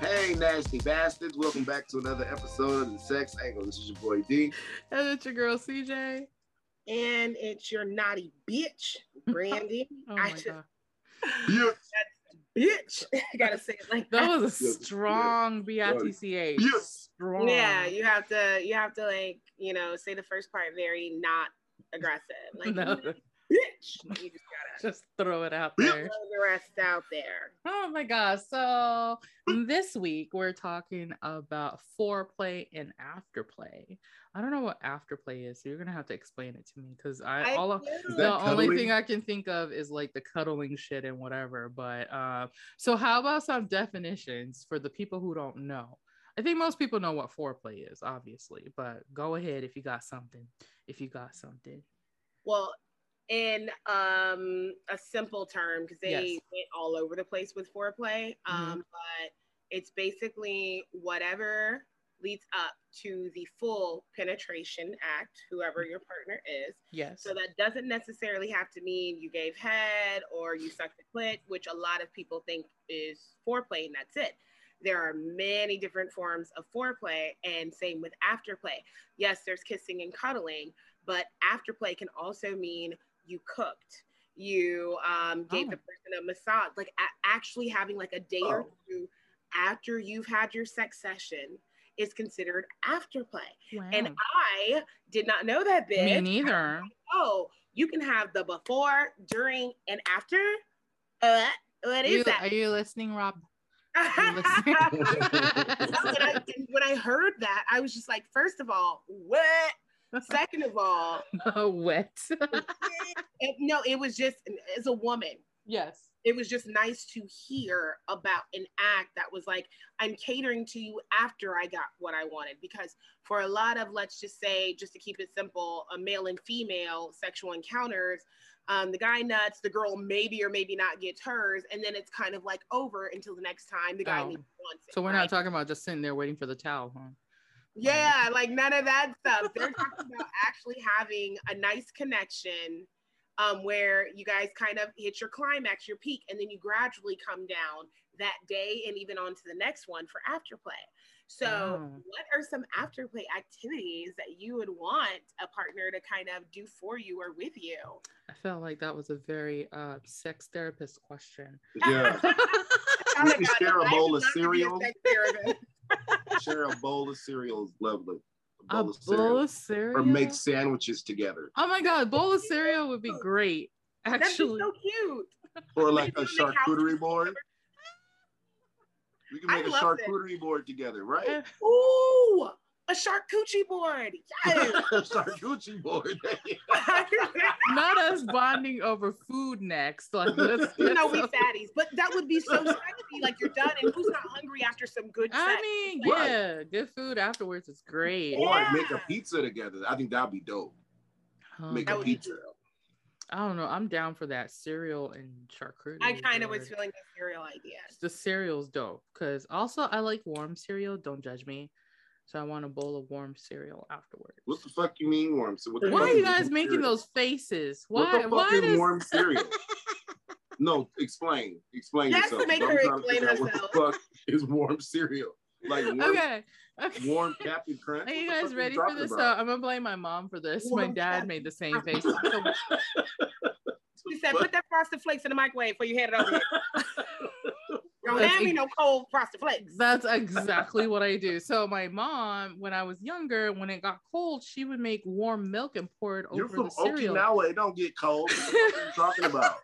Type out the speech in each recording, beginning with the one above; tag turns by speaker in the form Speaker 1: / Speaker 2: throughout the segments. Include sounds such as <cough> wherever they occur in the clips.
Speaker 1: Hey, nasty bastards. Welcome back to another episode of The Sex Angle. This is your boy D.
Speaker 2: And it's your girl CJ.
Speaker 3: and it's your naughty bitch,
Speaker 2: <laughs>
Speaker 3: Brandy.
Speaker 2: Oh
Speaker 3: I
Speaker 2: my
Speaker 3: just-
Speaker 2: god.
Speaker 1: Yeah,
Speaker 3: bitch, <laughs> I gotta say it like
Speaker 1: <laughs>
Speaker 3: that.
Speaker 2: That was a strong B-I-T-C-H.
Speaker 1: Yeah.
Speaker 2: Strong.
Speaker 3: Yeah, you have to, you have to like, you know, say the first part very not aggressive,
Speaker 2: <laughs>
Speaker 3: like
Speaker 2: No.
Speaker 3: bitch. You just gotta
Speaker 2: Just throw it out
Speaker 1: Yeah.
Speaker 2: there.
Speaker 3: throw the rest out there.
Speaker 2: Oh my gosh. So this week we're talking about foreplay and afterplay. I don't know what afterplay is, so you're gonna have to explain it to me because I, all of
Speaker 3: do.
Speaker 2: the
Speaker 1: That
Speaker 2: only
Speaker 1: cuddling?
Speaker 2: thing I can think of is like the cuddling shit and whatever. But um, so how about some definitions for the people who don't know? I think most people know what foreplay is, obviously, but go ahead if you got something. If you got something.
Speaker 3: well, in um a simple term, because they
Speaker 2: Yes. Mm-hmm.
Speaker 3: went all over the place with foreplay. Um, but it's basically whatever leads up to the full penetration act, whoever your partner is.
Speaker 2: Yes.
Speaker 3: So that doesn't necessarily have to mean you gave head or you sucked the clit, which a lot of people think is foreplay and that's it. There are many different forms of foreplay and same with afterplay. Yes, there's kissing and cuddling, but afterplay can also mean you cooked, you um, gave
Speaker 2: Oh.
Speaker 3: the person a massage, like a- actually having like a day or
Speaker 1: Oh.
Speaker 3: two after you've had your sex session is considered afterplay.
Speaker 2: Wow.
Speaker 3: And I did not know that bitch
Speaker 2: Mm. me neither.
Speaker 3: oh, you can have the before, during, and after. Uh, what
Speaker 2: Are you,
Speaker 3: is that?
Speaker 2: are you listening,
Speaker 3: <laughs>
Speaker 2: Rob? you
Speaker 3: when, I, when I heard that, I was just like, first of all, what? Second of all,
Speaker 2: <laughs> Wet.
Speaker 3: it- no, it was just as a woman,
Speaker 2: yes.
Speaker 3: it was just nice to hear about an act that was like, I'm catering to you after I got what I wanted. Because for a lot of, let's just say, just to keep it simple, a male and female sexual encounters, um, the guy nuts, the girl maybe or maybe not gets hers, and then it's kind of like over until the next time the guy
Speaker 2: Oh.
Speaker 3: needs wants it.
Speaker 2: So we're
Speaker 3: right?
Speaker 2: not talking about just sitting there waiting for the towel, huh?
Speaker 3: Yeah, like none of that stuff. They're talking about actually having a nice connection um, where you guys kind of hit your climax, your peak, and then you gradually come down that day and even on to the next one for afterplay. So,
Speaker 2: Wow.
Speaker 3: what are some afterplay activities that you would want a partner to kind of do for you or with you?
Speaker 2: I felt like that was a very uh, sex therapist question.
Speaker 3: <laughs>
Speaker 1: yeah.
Speaker 3: Oh my
Speaker 1: Maybe
Speaker 3: God,
Speaker 1: share a
Speaker 3: I
Speaker 1: bowl
Speaker 3: would
Speaker 1: of
Speaker 3: love to be a
Speaker 1: cereal.
Speaker 3: sex therapist.
Speaker 1: Share a bowl of cereal is lovely. A
Speaker 2: A
Speaker 1: bowl of cereal.
Speaker 2: bowl of cereal.
Speaker 1: Or make sandwiches together.
Speaker 2: Oh my god, bowl of
Speaker 1: <laughs>
Speaker 2: cereal would be great.
Speaker 3: That'd be
Speaker 2: Actually, <laughs>
Speaker 3: so cute.
Speaker 1: Or like a
Speaker 3: On the couch.
Speaker 1: charcuterie board. We can
Speaker 3: I
Speaker 1: make a
Speaker 3: love that.
Speaker 1: charcuterie board together, <laughs>
Speaker 2: Eh,
Speaker 1: right?
Speaker 3: Ooh, a shark coochie board.
Speaker 1: <laughs>
Speaker 3: Yes. <laughs>
Speaker 1: charcuterie board.
Speaker 2: not us bonding over food next. Like,
Speaker 1: <laughs>
Speaker 2: let's,
Speaker 3: you know we
Speaker 2: let's-
Speaker 3: fatties, but that would be so sexy. Like you're done, and who's not hungry after some good sex?
Speaker 2: I mean,
Speaker 1: Right.
Speaker 2: yeah, good food afterwards is great.
Speaker 1: or
Speaker 3: Yeah.
Speaker 1: make a pizza together. I think that'd be dope.
Speaker 2: Um,
Speaker 1: Make
Speaker 3: That
Speaker 1: a
Speaker 3: would be
Speaker 1: pizza.
Speaker 2: I don't know. I'm down for that cereal and charcuterie.
Speaker 3: I kind of
Speaker 2: board.
Speaker 3: was feeling the cereal idea.
Speaker 2: The cereal's dope because also I like warm cereal. Don't judge me. So I want a bowl of warm cereal afterwards.
Speaker 1: What the fuck you mean warm? So what the
Speaker 2: Why
Speaker 1: fuck
Speaker 2: are you
Speaker 1: is
Speaker 2: guys
Speaker 1: warm
Speaker 2: making
Speaker 1: cereal?
Speaker 2: those faces?
Speaker 1: What
Speaker 2: Why?
Speaker 1: the fuck
Speaker 2: why
Speaker 1: is
Speaker 2: does
Speaker 1: warm
Speaker 2: <laughs>
Speaker 1: cereal? no, explain. Explain
Speaker 3: That's
Speaker 1: yourself.
Speaker 3: to make
Speaker 1: I'm
Speaker 3: her
Speaker 1: trying to
Speaker 3: explain
Speaker 1: figure out
Speaker 3: herself.
Speaker 1: What the fuck is warm cereal? Like
Speaker 2: <laughs>
Speaker 1: warm,
Speaker 2: okay? Okay.
Speaker 1: warm Captain Crunch.
Speaker 2: Are you
Speaker 1: What the
Speaker 2: guys
Speaker 1: fuck
Speaker 2: ready for
Speaker 1: talking
Speaker 2: this? So
Speaker 1: about?
Speaker 2: I'm gonna blame my mom for this. my
Speaker 3: Warm
Speaker 2: dad
Speaker 3: Captain
Speaker 2: made
Speaker 1: <laughs>
Speaker 2: the same face. So
Speaker 3: She said,
Speaker 1: What
Speaker 3: "Put that frosted flakes in the microwave before you head
Speaker 1: <laughs>
Speaker 3: it over." Don't
Speaker 2: That's
Speaker 3: hand me
Speaker 2: ex-
Speaker 3: no cold frosted flakes.
Speaker 2: That's exactly what I do. So my mom, when I was younger, when it got cold, she would make warm milk and pour it
Speaker 1: You're
Speaker 2: over
Speaker 1: from
Speaker 2: uh, the cereal.
Speaker 1: Okinawa. It don't get cold. What the
Speaker 2: <laughs>
Speaker 1: fuck are you talking about?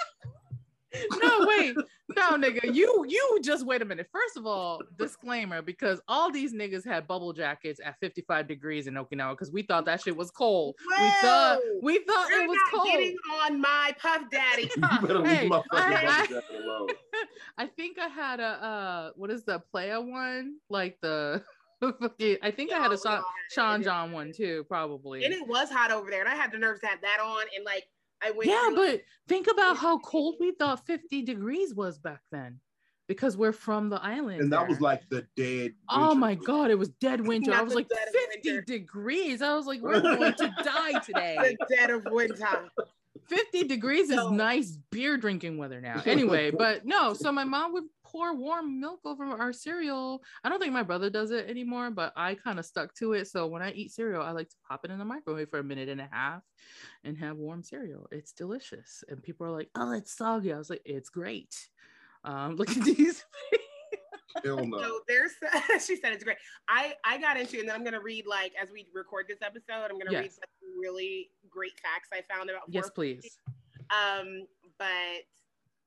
Speaker 2: no,
Speaker 1: <laughs>
Speaker 2: wait, no, nigga, you you just wait a minute. First of all, disclaimer, because all these niggas had bubble jackets at 55 degrees in Okinawa because we thought that shit was cold. We thought
Speaker 3: Whoa!
Speaker 2: we thought
Speaker 3: You're
Speaker 2: it was
Speaker 3: not
Speaker 2: cold.
Speaker 3: getting on my puff
Speaker 2: <laughs>
Speaker 3: daddy.
Speaker 1: You better leave
Speaker 2: Hey,
Speaker 1: my
Speaker 2: I-
Speaker 1: fucking
Speaker 2: I-
Speaker 1: bubble jacket alone.
Speaker 2: <laughs> I think I had a uh what is the player one? Like the <laughs> fucking- I think I had a Sean, Sean John one too, probably.
Speaker 3: And it was hot over there, and I had the nerves to have that on, and like I went.
Speaker 2: Yeah,
Speaker 3: through-
Speaker 2: but think about how cold we thought 50 degrees was back then because we're from the island.
Speaker 1: And that was
Speaker 2: there.
Speaker 1: like the dead.
Speaker 2: Oh
Speaker 1: winter.
Speaker 2: my god, it was dead winter. I
Speaker 3: Not
Speaker 2: was
Speaker 3: the
Speaker 2: like
Speaker 3: dead of
Speaker 2: 50
Speaker 3: winter.
Speaker 2: degrees. I was like, we're going to
Speaker 3: <laughs>
Speaker 2: die today.
Speaker 3: the dead of winter.
Speaker 2: 50 degrees is
Speaker 3: So- <laughs>
Speaker 2: nice beer drinking weather now. Anyway, but no, so my mom would pour warm milk over our cereal. I don't think my brother does it anymore, but I kind of stuck to it. So when I eat cereal, I like to pop it in the microwave for a minute and a half and have warm cereal. It's delicious. And people are like, oh, it's soggy. I was like, it's great. Um, <laughs> look at these.
Speaker 1: <laughs> Hell no.
Speaker 3: So there's, <laughs> she said it's great. I I got into, and then I'm gonna read like as we record this episode, I'm gonna read
Speaker 2: Yes.
Speaker 3: some really great facts I found about.
Speaker 2: yes,
Speaker 3: foreplay.
Speaker 2: please.
Speaker 3: Um, but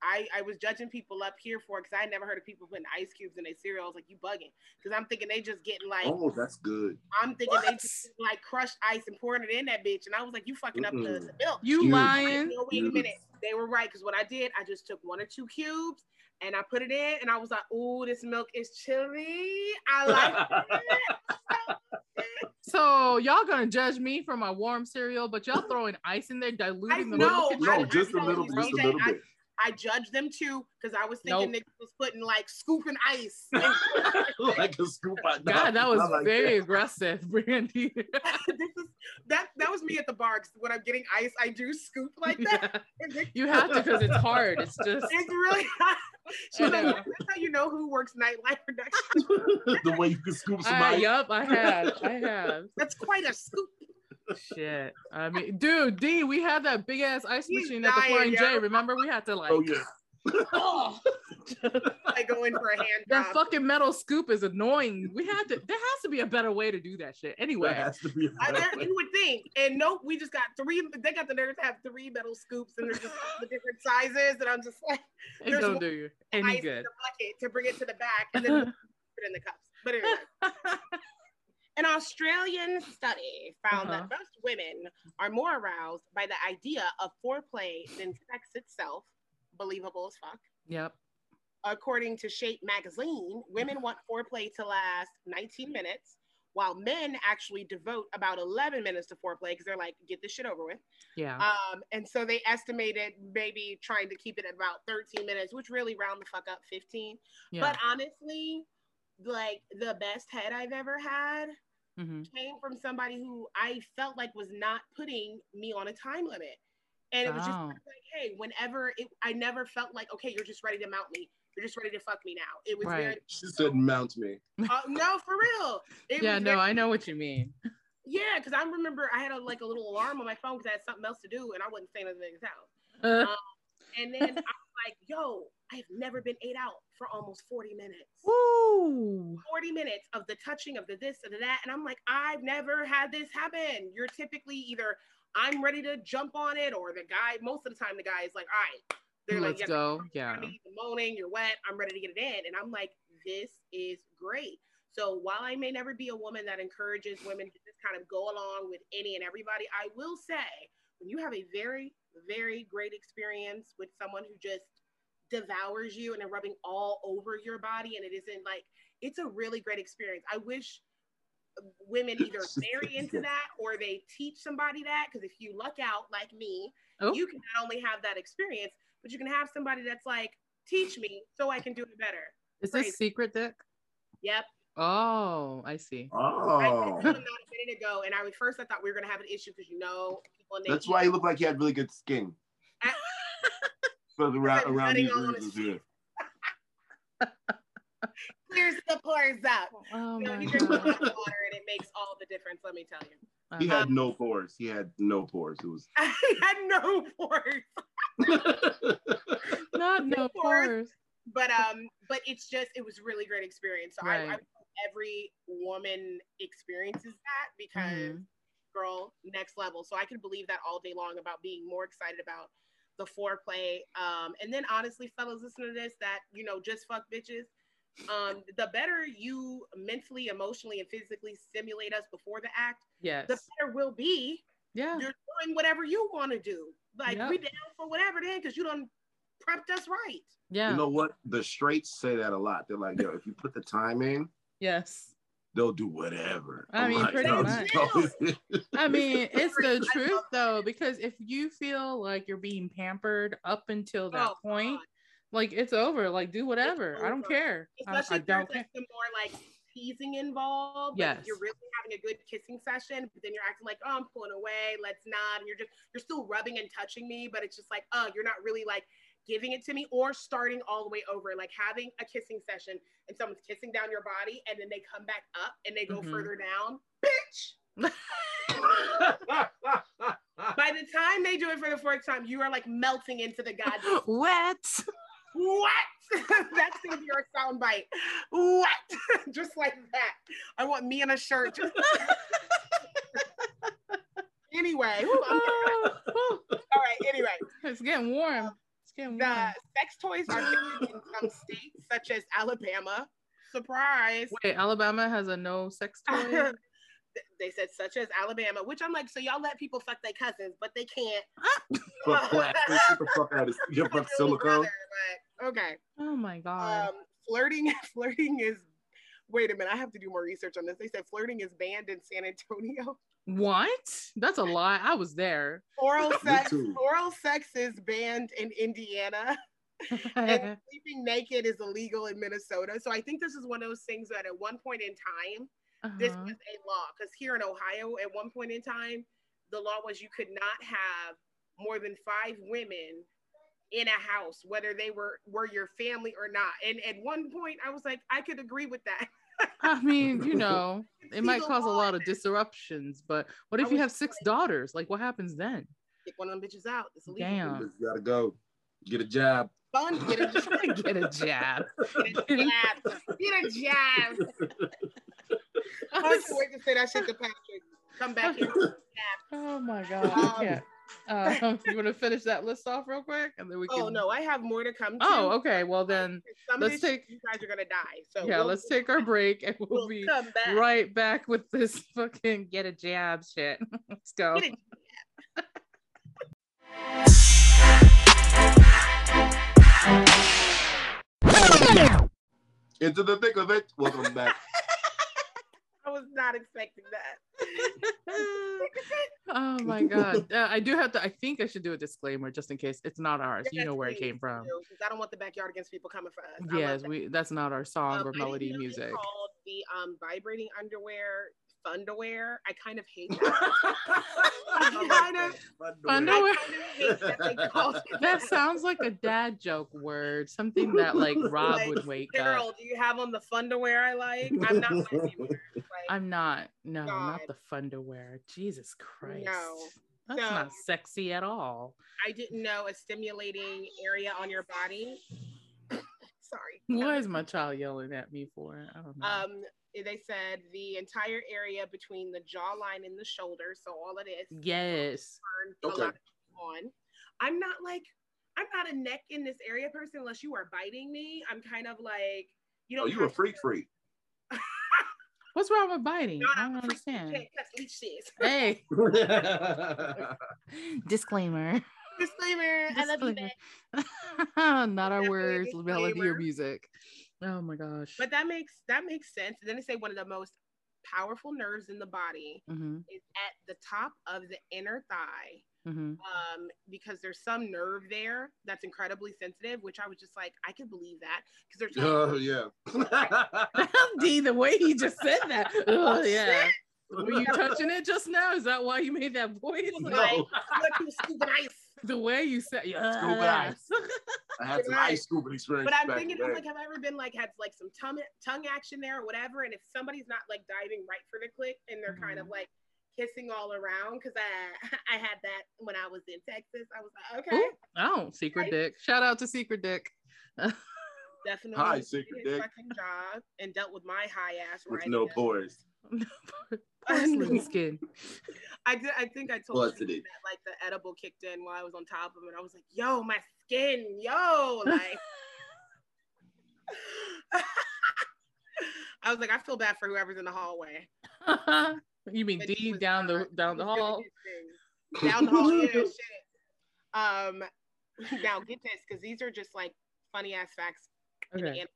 Speaker 3: I I was judging people up here for because I had never heard of people putting ice cubes in their cereals. Like you bugging, because I'm thinking they just getting like
Speaker 1: Oh, that's
Speaker 2: <laughs>
Speaker 1: good.
Speaker 3: I'm thinking they
Speaker 2: What?
Speaker 3: just like crushed ice and pouring it in that bitch, and I was like, you fucking up the,
Speaker 1: Mm-mm.
Speaker 3: the milk.
Speaker 2: You
Speaker 1: You-
Speaker 2: lying.
Speaker 3: No, wait a
Speaker 1: Yes.
Speaker 3: minute. They were right because what I did, I just took one or two cubes and I put it in, and I was like, "Ooh, this milk is chilly.
Speaker 1: <laughs>
Speaker 3: I like it."
Speaker 2: So y'all gonna judge me for my warm cereal, but y'all throwing ice in there, diluting the
Speaker 3: know,
Speaker 2: milk. Look at
Speaker 1: No,
Speaker 2: you.
Speaker 3: I-
Speaker 1: just a
Speaker 3: I
Speaker 1: little,
Speaker 3: told
Speaker 1: just a
Speaker 3: you,
Speaker 1: little
Speaker 3: I-
Speaker 1: bit.
Speaker 3: I judged them too because I was thinking
Speaker 2: Nope.
Speaker 3: niggas was putting like scooping ice. this <laughs>
Speaker 1: <laughs> like a scoop. I- no,
Speaker 2: God, that was
Speaker 1: I like
Speaker 2: very aggressive, <laughs> Brandy.
Speaker 3: is that that was me at the bar. 'cause when I'm getting ice, I do scoop
Speaker 2: <laughs>
Speaker 3: like that.
Speaker 2: You have to because it's hard. It's just
Speaker 3: It's really She's like,
Speaker 2: know.
Speaker 3: that's how you know who works nightlife production.
Speaker 1: that. <laughs> the way you can scoop
Speaker 2: I,
Speaker 1: somebody.
Speaker 2: yep, I have. I have.
Speaker 3: That's quite a scoop.
Speaker 2: Shit. I mean, dude, D, we had that big ass ice
Speaker 3: He's
Speaker 2: machine at the
Speaker 3: dying,
Speaker 2: Flying J.
Speaker 3: yo.
Speaker 2: Remember? We had to like
Speaker 1: oh yeah.
Speaker 3: I go in for a hand
Speaker 2: that
Speaker 3: job.
Speaker 2: fucking metal scoop is annoying. We had to there has to be a better way to do that shit. Anyway.
Speaker 1: That has to be. a
Speaker 3: I,
Speaker 1: better
Speaker 3: there-
Speaker 1: way.
Speaker 3: you would think, and nope, we just got three. They got the nerve to have three metal scoops, and they're just the different sizes. And I'm just like,
Speaker 2: It
Speaker 3: There's
Speaker 2: don't
Speaker 3: one
Speaker 2: do you
Speaker 3: ice
Speaker 2: any
Speaker 3: in
Speaker 2: good.
Speaker 3: the bucket to bring it to the back, and then put it in the cups. But anyway, an Australian study found
Speaker 2: Uh-huh.
Speaker 3: that most women are more aroused by the idea of foreplay than sex itself. Believable as fuck.
Speaker 2: yep.
Speaker 3: According to Shape magazine, women want foreplay to last 19 minutes, while men actually devote about 11 minutes to foreplay because they're like, get this shit over with.
Speaker 2: Yeah.
Speaker 3: Um, and so they estimated maybe trying to keep it at about 13 minutes, which really round the fuck up 15.
Speaker 2: yeah.
Speaker 3: But honestly, like the best head I've ever had
Speaker 2: hmm
Speaker 3: came from somebody who I felt like was not putting me on a time limit. And it was just
Speaker 2: Wow.
Speaker 3: like, hey, whenever it, I never felt like, okay, you're just ready to mount me. You're just ready to fuck me now. It was
Speaker 2: Right.
Speaker 1: She said, "Mount me."
Speaker 2: <laughs>
Speaker 3: very, uh, no, for real. It
Speaker 2: Yeah,
Speaker 3: was
Speaker 2: no,
Speaker 3: very-
Speaker 2: I know what you
Speaker 3: <laughs>
Speaker 2: mean. <laughs>
Speaker 3: yeah, because I remember I had a, like a little alarm on my phone because I had something else to do and I wasn't staying at the nigga's house.
Speaker 2: Uh, <laughs>
Speaker 3: And then I was like, yo, I've never been ate out for almost 40 minutes.
Speaker 2: woo.
Speaker 3: 40 minutes of the touching of the this and the that. And I'm like, I've never had this happen. You're typically either I'm ready to jump on it, or the guy, most of the time, the guy is like, all right. They're
Speaker 2: Let's
Speaker 3: like, yeah,
Speaker 2: go.
Speaker 3: you're
Speaker 2: Yeah.
Speaker 3: running, you're moaning, you're wet, I'm ready to get it in. And I'm like, this is great. So while I may never be a woman that encourages women to just kind of go along with any and everybody, I will say when you have a very, very great experience with someone who just devours you and they're rubbing all over your body and it isn't like it's a really great experience. I wish women
Speaker 1: <laughs>
Speaker 3: either marry into that or they teach somebody that because if you luck out like me,
Speaker 2: Oh.
Speaker 3: you can not only have that experience, but you can have somebody that's like, teach me so I can do it better.
Speaker 2: Is
Speaker 3: crazy.
Speaker 2: this secret dick?
Speaker 3: Yep.
Speaker 2: Oh, I see.
Speaker 3: I said
Speaker 1: Oh, <laughs>
Speaker 3: something about a minute ago, and I was first I thought we were gonna have an issue because you know people in their
Speaker 1: that's why he looked like he had really good skin. <laughs> For the ra-
Speaker 3: Like
Speaker 1: around
Speaker 3: running
Speaker 1: these
Speaker 3: on
Speaker 1: reasons here.
Speaker 3: clears the pores up.
Speaker 2: Oh
Speaker 3: You know,
Speaker 2: my
Speaker 3: you drink a
Speaker 2: god.
Speaker 3: lot of water and it makes all the difference, let me tell <laughs> you. <laughs>
Speaker 1: He
Speaker 2: Uh,
Speaker 1: had no pores. He had no pores. It was <laughs>
Speaker 3: I had no pores.
Speaker 2: not no
Speaker 3: Of course.
Speaker 2: pores.
Speaker 3: But um, but it's just it was really great experience. So I, I
Speaker 2: Right.
Speaker 3: hope every woman experiences that because
Speaker 2: Mhm.
Speaker 3: girl, next level. So I could believe that all day long about being more excited about the foreplay. Um, and then honestly, fellas, listen to this that, you know, just fuck bitches. Um, the better you mentally, emotionally, and physically stimulate us before the act,
Speaker 2: Yes.
Speaker 3: the better we'll be.
Speaker 2: Yeah.
Speaker 3: You're doing whatever you want to do. Like
Speaker 2: Yep.
Speaker 3: we down for whatever then, because you done prepped us right.
Speaker 2: Yeah.
Speaker 1: You know what? The straights say that a lot. They're like, yo, if you put the time in,
Speaker 2: yes.
Speaker 1: they'll do whatever.
Speaker 2: I
Speaker 1: I'm
Speaker 2: mean,
Speaker 1: like,
Speaker 2: pretty
Speaker 1: "No,
Speaker 2: much. <laughs>
Speaker 1: no."
Speaker 2: I mean, it's the
Speaker 3: <laughs> I
Speaker 2: truth
Speaker 3: love
Speaker 2: though, because if you feel like you're being pampered up until that
Speaker 3: Oh,
Speaker 2: point, like it's over. Like do whatever. I don't
Speaker 3: over.
Speaker 2: care. I,
Speaker 3: especially
Speaker 2: Um, I
Speaker 3: if there's
Speaker 2: don't care.
Speaker 3: like some more like teasing involved. Like, if
Speaker 2: Yes.
Speaker 3: you're
Speaker 2: <gasps>
Speaker 3: really having a good kissing session, but then you're acting like, oh, I'm pulling away, let's not, and you're just you're still rubbing and touching me, but it's just like, oh, you're not really like giving it to me or starting all the way over, like having a kissing session and someone's kissing down your body and then they come back up and they go
Speaker 2: Mhm.
Speaker 3: further down. Bitch, by the time they do it for the fourth time, you are like melting into the goddamn
Speaker 2: Wet.
Speaker 3: <laughs> what? That's gonna be our soundbite. What? <laughs> just like that. I want me in a shirt. <laughs> Just- anyway, whew, I'm-
Speaker 2: Oh,
Speaker 3: all right. Anyway,
Speaker 2: <laughs> it's getting warm. It's getting warm.
Speaker 3: the sex toys are banned in some states, such as Alabama. Surprise.
Speaker 2: Wait, Alabama has a no
Speaker 3: <laughs>
Speaker 2: sex toy.
Speaker 3: they said such as Alabama, which I'm like, so y'all let people fuck their cousins, but they can't.
Speaker 1: Fuck plastic. Get the fuck out of your fucking silicone.
Speaker 3: But okay.
Speaker 2: Oh my god.
Speaker 3: um, flirting <laughs> flirting is wait a minute i have to do more research on this they said flirting is banned in san antonio
Speaker 2: what? That's a lie. I was there.
Speaker 3: oral sex
Speaker 1: too.
Speaker 3: oral sex is banned in indiana <laughs> and sleeping naked is illegal in minnesota so i think this is one of those things that at one point in time this
Speaker 2: Uh-huh.
Speaker 3: was a law because here in ohio at one point in time the law was you could not have more than five women in a house whether they were were your family or not and at one point i was like i could agree with that
Speaker 2: <laughs>
Speaker 3: <laughs>
Speaker 2: I mean, you know,
Speaker 3: See
Speaker 2: it might
Speaker 3: the
Speaker 2: cause a
Speaker 3: law
Speaker 2: lot
Speaker 3: in
Speaker 2: of disruptions, but what
Speaker 3: I
Speaker 2: if you
Speaker 3: was
Speaker 2: have
Speaker 3: just
Speaker 2: six
Speaker 3: like-
Speaker 2: daughters? Like, what happens then? <laughs>
Speaker 3: Kick one of them bitches out. It's illegal.
Speaker 2: Damn.
Speaker 1: You gotta go. Get a job.
Speaker 3: Fun.
Speaker 2: <laughs>
Speaker 3: Get a jab.
Speaker 2: Get a <laughs> jab.
Speaker 3: Get a
Speaker 2: <laughs>
Speaker 3: jab. Get a jab. I can't wait to say that shit to Patrick. Come back
Speaker 2: <laughs>
Speaker 3: here.
Speaker 2: oh my god. I can't. Um, <laughs> you want to finish that list off real quick, and then we can.
Speaker 3: Oh no, I have more to come. To.
Speaker 2: Oh, okay. Well then,
Speaker 3: Some
Speaker 2: let's
Speaker 3: of this shit,
Speaker 2: take-
Speaker 3: You guys are gonna die. So
Speaker 2: yeah.
Speaker 3: we'll-
Speaker 2: Let's take our break, and
Speaker 3: We'll
Speaker 2: we'll be
Speaker 3: come back.
Speaker 2: right back with this <laughs> fucking get a jab shit. <laughs> Let's go.
Speaker 3: Get a
Speaker 1: Into the thick of it. Welcome back.
Speaker 3: I was not expecting that. <laughs>
Speaker 2: oh <laughs> my god. Uh, I do have to. I think I should do a disclaimer just in case it's not ours. <laughs> you
Speaker 3: Yes,
Speaker 2: know where it
Speaker 3: please
Speaker 2: came from.
Speaker 3: do, 'cause I don't want the backyard against people coming for us. I love
Speaker 2: Yes,
Speaker 3: that.
Speaker 2: we. That's not our song
Speaker 3: Um,
Speaker 2: or
Speaker 3: I didn't
Speaker 2: melody
Speaker 3: know they
Speaker 2: music.
Speaker 3: called the um, vibrating underwear, funderwear. I kind of
Speaker 2: <laughs>
Speaker 3: hate that. <laughs>
Speaker 2: Underwear.
Speaker 3: I kind of hate that
Speaker 2: <laughs>
Speaker 3: they called it
Speaker 2: That sounds like a dad joke word. Something that
Speaker 3: <laughs>
Speaker 2: like Rob
Speaker 3: Like,
Speaker 2: would wake
Speaker 3: Girl,
Speaker 2: up.
Speaker 3: do you have on the funderwear I like? I'm not messy with her.
Speaker 2: <laughs>
Speaker 3: Like,
Speaker 2: I'm not. No,
Speaker 3: God.
Speaker 2: not the funderwear. Jesus Christ. That's
Speaker 3: No.
Speaker 2: not sexy at all. <laughs>
Speaker 3: I didn't know a stimulating area on your body. <coughs> Sorry.
Speaker 2: What is my child yelling at me for? I don't know.
Speaker 3: Um, they said the entire area between the jawline and the shoulder. So all it
Speaker 2: Mm.
Speaker 3: is,
Speaker 2: yes.
Speaker 3: turn a
Speaker 1: Okay.
Speaker 3: lot on. I'm not like, I'm not a neck in this area person unless you are biting me. I'm kind of like, you
Speaker 1: Oh,
Speaker 3: don't.
Speaker 1: you a
Speaker 3: have
Speaker 1: freak <laughs> freak.
Speaker 2: What's wrong with biting?
Speaker 3: to- No,
Speaker 2: I
Speaker 3: I'm
Speaker 2: don't
Speaker 3: a freak. You
Speaker 2: understand.
Speaker 3: <laughs> can't touch leech shits.
Speaker 2: Hey,
Speaker 1: Oh, That's
Speaker 2: disclaimer.
Speaker 3: Disclaimer. I love you, babe.
Speaker 2: Disclaimer. <laughs> not our
Speaker 3: Definitely
Speaker 2: words, melody or
Speaker 3: disclaimer.
Speaker 2: music. Oh my gosh.
Speaker 3: But that makes that makes sense. And then they say one of the most powerful nerves in the body
Speaker 2: hmm
Speaker 3: is at the top of the inner thigh.
Speaker 2: hmm
Speaker 3: Um, because there's some nerve there that's incredibly sensitive, which I was just like, I could believe that. Because there's
Speaker 1: Oh <laughs> yeah.
Speaker 2: <laughs> D, the way he just said
Speaker 3: <laughs>
Speaker 2: that. Oh, yeah. Were
Speaker 1: <laughs>
Speaker 2: you touching it just now? Is that why you made that
Speaker 3: <laughs>
Speaker 2: voice?
Speaker 3: No. <laughs> look who's scooping ice.
Speaker 2: The way you said,
Speaker 1: Scoop
Speaker 2: yeah. <laughs>
Speaker 1: eyes. I had some ice scooping experience.
Speaker 3: But I'm
Speaker 1: back
Speaker 3: thinking,
Speaker 1: in the
Speaker 3: I'm
Speaker 1: day.
Speaker 3: like, have I ever been like had like some tongue tongue action there or whatever? And if somebody's not like diving right for the click and they're kind of
Speaker 2: Mhm.
Speaker 3: like kissing all around, because I <laughs> I had that when I was in Texas. I was like, okay,
Speaker 2: Ooh, oh, Secret Dick. Shout out to Secret Dick.
Speaker 3: definitely
Speaker 1: Hi,
Speaker 3: did
Speaker 1: Secret
Speaker 3: his
Speaker 1: Dick.
Speaker 3: fucking job and dealt with my high ass
Speaker 1: with
Speaker 3: right.
Speaker 1: no
Speaker 3: there. <laughs>
Speaker 1: pores.
Speaker 2: Porcelain skin. <laughs>
Speaker 3: I did. I think I told
Speaker 1: Busted
Speaker 3: you
Speaker 1: it.
Speaker 3: that like the edible kicked in while I was on top of him, and I was like, "Yo, my skin, yo!" Like, <laughs> I was like, I feel bad for whoever's in the hallway.
Speaker 2: you mean
Speaker 3: But he
Speaker 2: D
Speaker 3: was
Speaker 2: down the
Speaker 3: not.
Speaker 2: down the
Speaker 3: He was doing
Speaker 2: hall?
Speaker 3: his thing. Down the hall,
Speaker 1: <laughs>
Speaker 3: yeah, shit. Um, now get this, because these are just like funny ass facts,
Speaker 2: Okay.
Speaker 3: and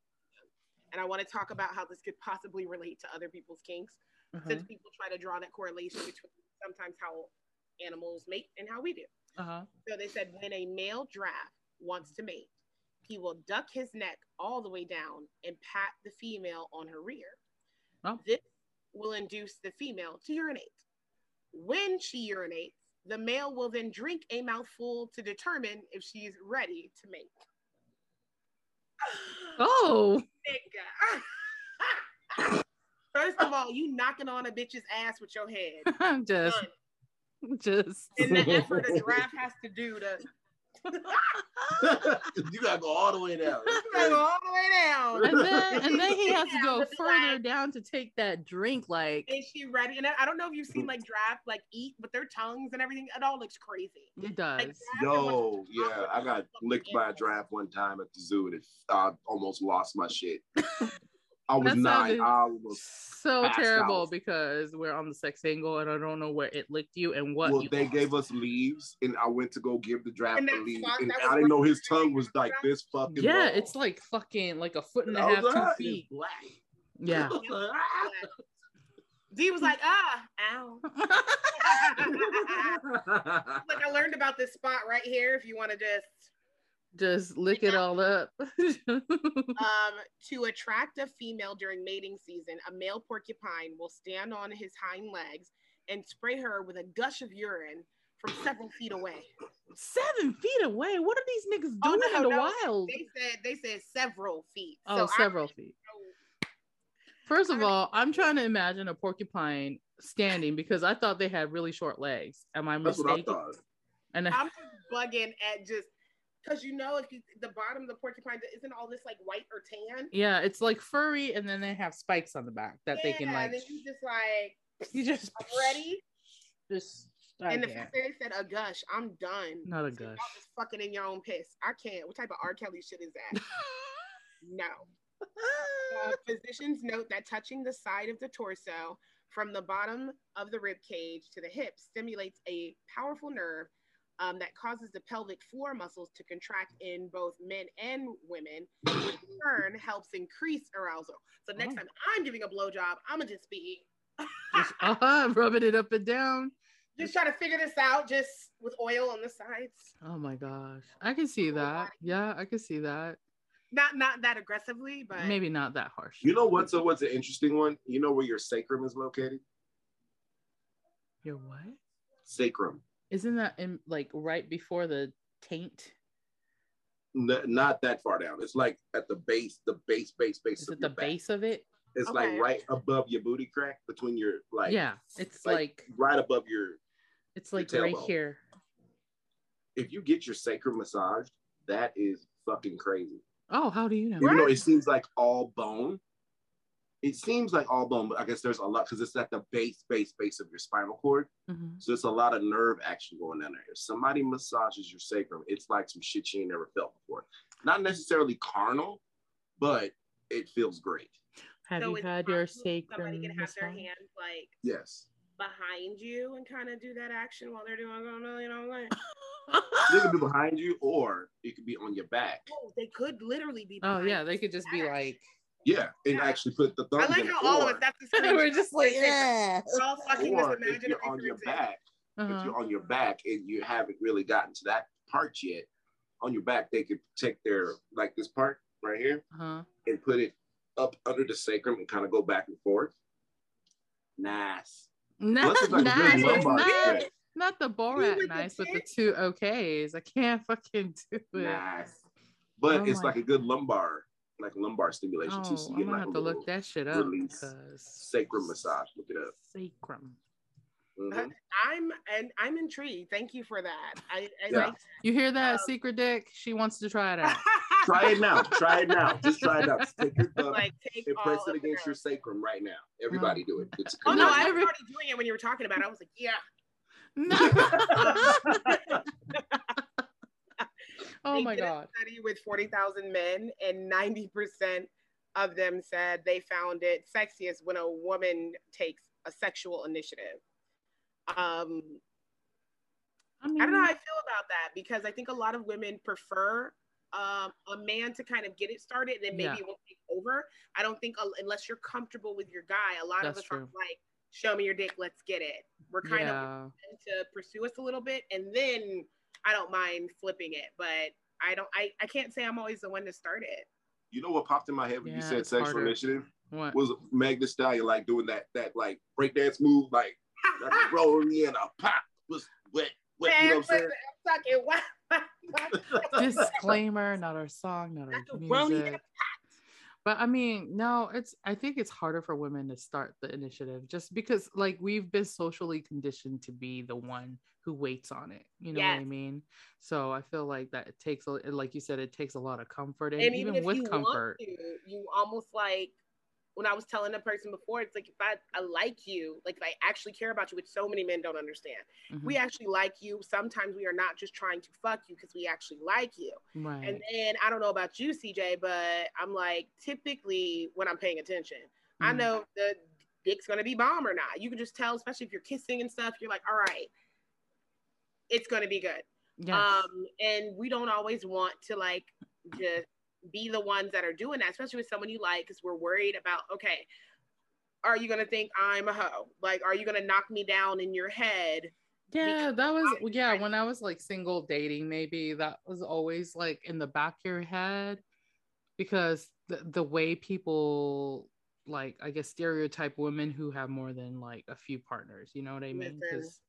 Speaker 3: I want to talk about how this could possibly relate to other people's kinks.
Speaker 2: Uh-huh.
Speaker 3: since people try to draw that correlation between sometimes how animals mate and how we do.
Speaker 2: Uh-huh.
Speaker 3: So they said when a male giraffe wants to mate, he will duck his neck all the way down and pat the female on her rear.
Speaker 2: Oh.
Speaker 3: This will induce the female to urinate. When she urinates, The male will then drink a mouthful to determine if she's ready to mate.
Speaker 2: <gasps> Oh, <laughs>
Speaker 3: Nigga. <laughs> First of all, you knocking on a bitch's ass with your head.
Speaker 2: I'm just,
Speaker 3: Done.
Speaker 2: <laughs> just.
Speaker 3: And the effort a giraffe has to do to
Speaker 1: you gotta go all the way down.
Speaker 3: <laughs> go all the way down.
Speaker 2: And then, and then he has to go
Speaker 3: <laughs> Yeah,
Speaker 2: further
Speaker 3: like-
Speaker 2: down to take that drink. Like,
Speaker 3: Is she ready? And I I don't know if you've
Speaker 2: <laughs>
Speaker 3: seen like giraffe like eat with their tongues and everything. It all looks crazy.
Speaker 2: it does.
Speaker 3: giraffe are one of
Speaker 1: Yo,
Speaker 3: the
Speaker 1: yeah, I got licked by a giraffe one time at the zoo and it, I almost lost my shit. I was
Speaker 2: That
Speaker 1: nine.
Speaker 2: sounded-
Speaker 1: I almost.
Speaker 2: So
Speaker 1: passed
Speaker 2: terrible
Speaker 1: out.
Speaker 2: because we're on the sex angle and I don't know where it licked you and what.
Speaker 1: Well,
Speaker 2: you
Speaker 1: they
Speaker 2: lost.
Speaker 1: gave us leaves, and I went to go give the draft
Speaker 3: And
Speaker 1: the
Speaker 3: that
Speaker 1: leaves,
Speaker 3: fuck-
Speaker 1: and
Speaker 3: that was
Speaker 1: I didn't know
Speaker 3: like-
Speaker 1: his tongue was like this fucking.
Speaker 2: Yeah,
Speaker 1: long.
Speaker 2: it's like fucking like a foot and a
Speaker 1: I was
Speaker 2: half,
Speaker 1: like, "Ah,
Speaker 2: two
Speaker 1: it's
Speaker 2: feet.
Speaker 1: <laughs> black."
Speaker 2: Yeah.
Speaker 1: <laughs> I was like,
Speaker 3: D was like, ah,
Speaker 2: <laughs>
Speaker 3: ow. <laughs>
Speaker 1: "Ah."
Speaker 3: like I learned about this spot right here. If you want to just
Speaker 2: just lick it all up. <laughs>
Speaker 3: um, to attract a female during mating season, a male porcupine will stand on his hind legs and spray her with a gush of urine from several feet away.
Speaker 2: Seven feet away. What are these niggas doing
Speaker 3: Oh, no,
Speaker 2: in the
Speaker 3: no.
Speaker 2: wild?
Speaker 3: They said they said several feet.
Speaker 2: oh,
Speaker 3: I-
Speaker 2: several feet. First of
Speaker 3: I-
Speaker 2: all, I'm trying to imagine a porcupine standing because I thought they had really short legs. Am I
Speaker 1: <laughs> That's what I
Speaker 2: mistaken?
Speaker 1: thought.
Speaker 2: And
Speaker 3: I'm just bugging at just because you know if you, the bottom of the porcupine isn't all this like white or tan.
Speaker 2: yeah, it's like furry, and then they have spikes on the back that they can
Speaker 3: Yeah,
Speaker 2: like.
Speaker 3: And then you just like
Speaker 2: <laughs> You just
Speaker 3: I'm ready.
Speaker 2: <laughs> Just I
Speaker 3: And the
Speaker 2: can't.
Speaker 3: fact that they said a gush, I'm done.
Speaker 2: not a
Speaker 3: So y'all
Speaker 2: gush.
Speaker 3: <laughs> just fucking in your own piss. I can't. What type of R. Kelly shit is
Speaker 2: <laughs>
Speaker 3: that? no. Uh, physicians note that touching the side of the torso from the bottom of the rib cage to the hip stimulates a powerful nerve um, that causes the pelvic floor muscles to contract in both men and women, which in turn helps increase arousal. So next
Speaker 2: Oh.
Speaker 3: time I'm giving a blowjob, I'm gonna just be
Speaker 2: Just, uh-huh, rubbing it up and down.
Speaker 3: just trying to figure this out, just with oil on the sides.
Speaker 2: Oh my gosh, I can see
Speaker 3: Oh,
Speaker 2: that.
Speaker 3: body.
Speaker 2: Yeah, I can see that.
Speaker 3: Not not that aggressively, but
Speaker 2: Maybe not that harsh.
Speaker 1: You know what's a, what's an interesting one? You know where your sacrum is located?
Speaker 2: Your what?
Speaker 1: Sacrum.
Speaker 2: Isn't that in like right before the taint?
Speaker 1: N- not that far down. It's like at the base, the base, base, base.
Speaker 2: Is
Speaker 1: of
Speaker 2: it the
Speaker 1: your back.
Speaker 2: base of it?
Speaker 1: It's
Speaker 3: Okay.
Speaker 1: like right above your booty crack, between your like.
Speaker 2: yeah, it's like,
Speaker 1: like- Right above your.
Speaker 2: it's
Speaker 1: your
Speaker 2: like right
Speaker 1: tailbone.
Speaker 2: here.
Speaker 1: If you get your sacrum massaged, that is fucking crazy.
Speaker 2: Oh, how do you know?
Speaker 1: Even though it seems like all bone, it seems like all bone, but I guess there's a lot because it's at the base, base, base of your spinal cord.
Speaker 2: Mhm.
Speaker 1: So it's a lot of nerve action going down there. If somebody massages your sacrum, it's like some shit she ain't never felt before. Not necessarily carnal, but it feels great.
Speaker 2: Have
Speaker 3: So
Speaker 2: you
Speaker 3: it's
Speaker 2: had your
Speaker 3: possible Somebody
Speaker 2: sacrum
Speaker 3: can have their
Speaker 2: massage?
Speaker 1: <laughs>
Speaker 3: hand like
Speaker 1: Yes.
Speaker 3: behind you and kind of do that action while they're doing you know like
Speaker 1: It could be behind you or it could be on your back.
Speaker 3: oh, they could literally be
Speaker 2: Oh
Speaker 3: behind
Speaker 2: yeah,
Speaker 3: you.
Speaker 2: they could just be
Speaker 3: Yes.
Speaker 2: like
Speaker 1: Yeah, and
Speaker 3: Yeah.
Speaker 1: actually put the thumb.
Speaker 3: I like how all of us
Speaker 2: <laughs>
Speaker 3: that's the screen
Speaker 2: we're just
Speaker 3: <laughs>
Speaker 2: like yeah.
Speaker 3: we're all fucking
Speaker 1: Or if
Speaker 3: this imaginary
Speaker 1: you're on your
Speaker 3: princess.
Speaker 1: back, if
Speaker 2: Uh-huh.
Speaker 1: you're on your back and you haven't really gotten to that part yet, on your back they could take their like this part right here
Speaker 2: Uh-huh.
Speaker 1: and put it up under the sacrum and kind of go back and forth. Nice.
Speaker 2: Not,
Speaker 1: Plus, it's
Speaker 2: <laughs>
Speaker 1: like a good
Speaker 2: nice,
Speaker 1: lumbar
Speaker 2: not,
Speaker 1: stretch.
Speaker 2: not the Borat
Speaker 3: with the
Speaker 2: nice with the
Speaker 3: tits?
Speaker 2: two okays. I can't <laughs> fucking do it.
Speaker 1: Nice. But
Speaker 2: Oh
Speaker 1: it's
Speaker 2: my-
Speaker 1: like a good lumbar, like lumbar stimulation
Speaker 2: Oh,
Speaker 1: too. So you
Speaker 2: I'm
Speaker 1: get
Speaker 2: gonna
Speaker 1: like a
Speaker 2: have to look
Speaker 1: little
Speaker 2: that shit up
Speaker 1: release.
Speaker 2: because
Speaker 1: sacrum massage. Look it up.
Speaker 2: Sacrum. <laughs>
Speaker 1: Mhm.
Speaker 3: I'm and I'm intrigued. Thank you for that. I, I
Speaker 1: Yeah.
Speaker 3: like
Speaker 2: You hear that,
Speaker 3: Um,
Speaker 2: Secret Dick? She wants to try
Speaker 1: <laughs>
Speaker 2: it out.
Speaker 1: Try it now. Try it now. Just try
Speaker 2: <laughs>
Speaker 1: it out. Just take your thumb
Speaker 3: like take
Speaker 1: and
Speaker 3: all
Speaker 1: press
Speaker 3: of
Speaker 1: it
Speaker 3: the
Speaker 1: against your
Speaker 3: nerves.
Speaker 1: sacrum right now. Everybody do it. It's a
Speaker 3: Oh no,
Speaker 2: Not
Speaker 3: I was
Speaker 2: every-
Speaker 3: already doing it when you were talking about it. I was like, yeah.
Speaker 2: No. <laughs> oh
Speaker 3: They
Speaker 2: my
Speaker 3: did a
Speaker 2: god.
Speaker 3: study with 40,000 men, and 90% of them said they found it sexiest when a woman takes a sexual initiative. Um, I don't know how I feel about that because I think a lot of women prefer um, a man to kind of get it started and then maybe
Speaker 2: Yeah.
Speaker 3: it won't take over. I don't think, a- unless you're comfortable with your guy, a lot
Speaker 2: That's
Speaker 3: of us are
Speaker 2: true.
Speaker 3: like, show me your dick, let's get it. We're kind of
Speaker 2: yeah.
Speaker 3: them to pursue us a little bit and then I don't mind flipping it, but I don't I, I can't say I'm always the one to start it.
Speaker 1: You know what popped in my head when
Speaker 2: Yeah,
Speaker 1: you said
Speaker 2: it's
Speaker 1: sexual
Speaker 2: harder.
Speaker 1: initiative
Speaker 2: What?
Speaker 1: was Meg Thee
Speaker 3: <laughs>
Speaker 2: Ah!
Speaker 1: Stallion like doing that that like breakdance move like, like roll me in a pop was wet, wet. You know what I'm saying?
Speaker 3: Fucking <laughs> what? <laughs>
Speaker 2: Disclaimer: not our song, not
Speaker 3: That's a
Speaker 2: our
Speaker 3: brony that
Speaker 2: music. But I mean, no, it's. I think it's harder for women to start the initiative just because, like, we've been socially conditioned to be the one who waits on it. You know what I
Speaker 3: Yes.
Speaker 2: mean? So I feel like that it takes, a, like you said, it takes a lot of comfort, and,
Speaker 3: And
Speaker 2: even,
Speaker 3: even if you
Speaker 2: with comfort,
Speaker 3: want to, you almost like when I was telling the person before, it's like if I, I like you, like if I actually care about you, which so many men don't understand.
Speaker 2: Mhm.
Speaker 3: We actually like you. Sometimes we are not just trying to fuck you because we actually like you.
Speaker 2: Mm-hmm. right?
Speaker 3: And then I don't know about you, CJ, but I'm like typically when I'm paying attention, I
Speaker 2: Mm.
Speaker 3: know if the dick's gonna be bomb or not. You can just tell, especially if you're kissing and stuff. You're like, all right, it's gonna be good.
Speaker 2: Yes.
Speaker 3: Um, and we don't always want to like just be the ones that are doing that, especially with someone you like, because we're worried about okay, are you gonna think I'm a hoe? Like, are you gonna knock me down in your head?
Speaker 2: Yeah, that was
Speaker 3: I-
Speaker 2: yeah,
Speaker 3: I-
Speaker 2: when I was like single dating, maybe that was always like in the back of your head because the, the way people like I guess stereotype women who have more than like a few partners, you know what I mean?
Speaker 3: Listen.
Speaker 2: 'Cause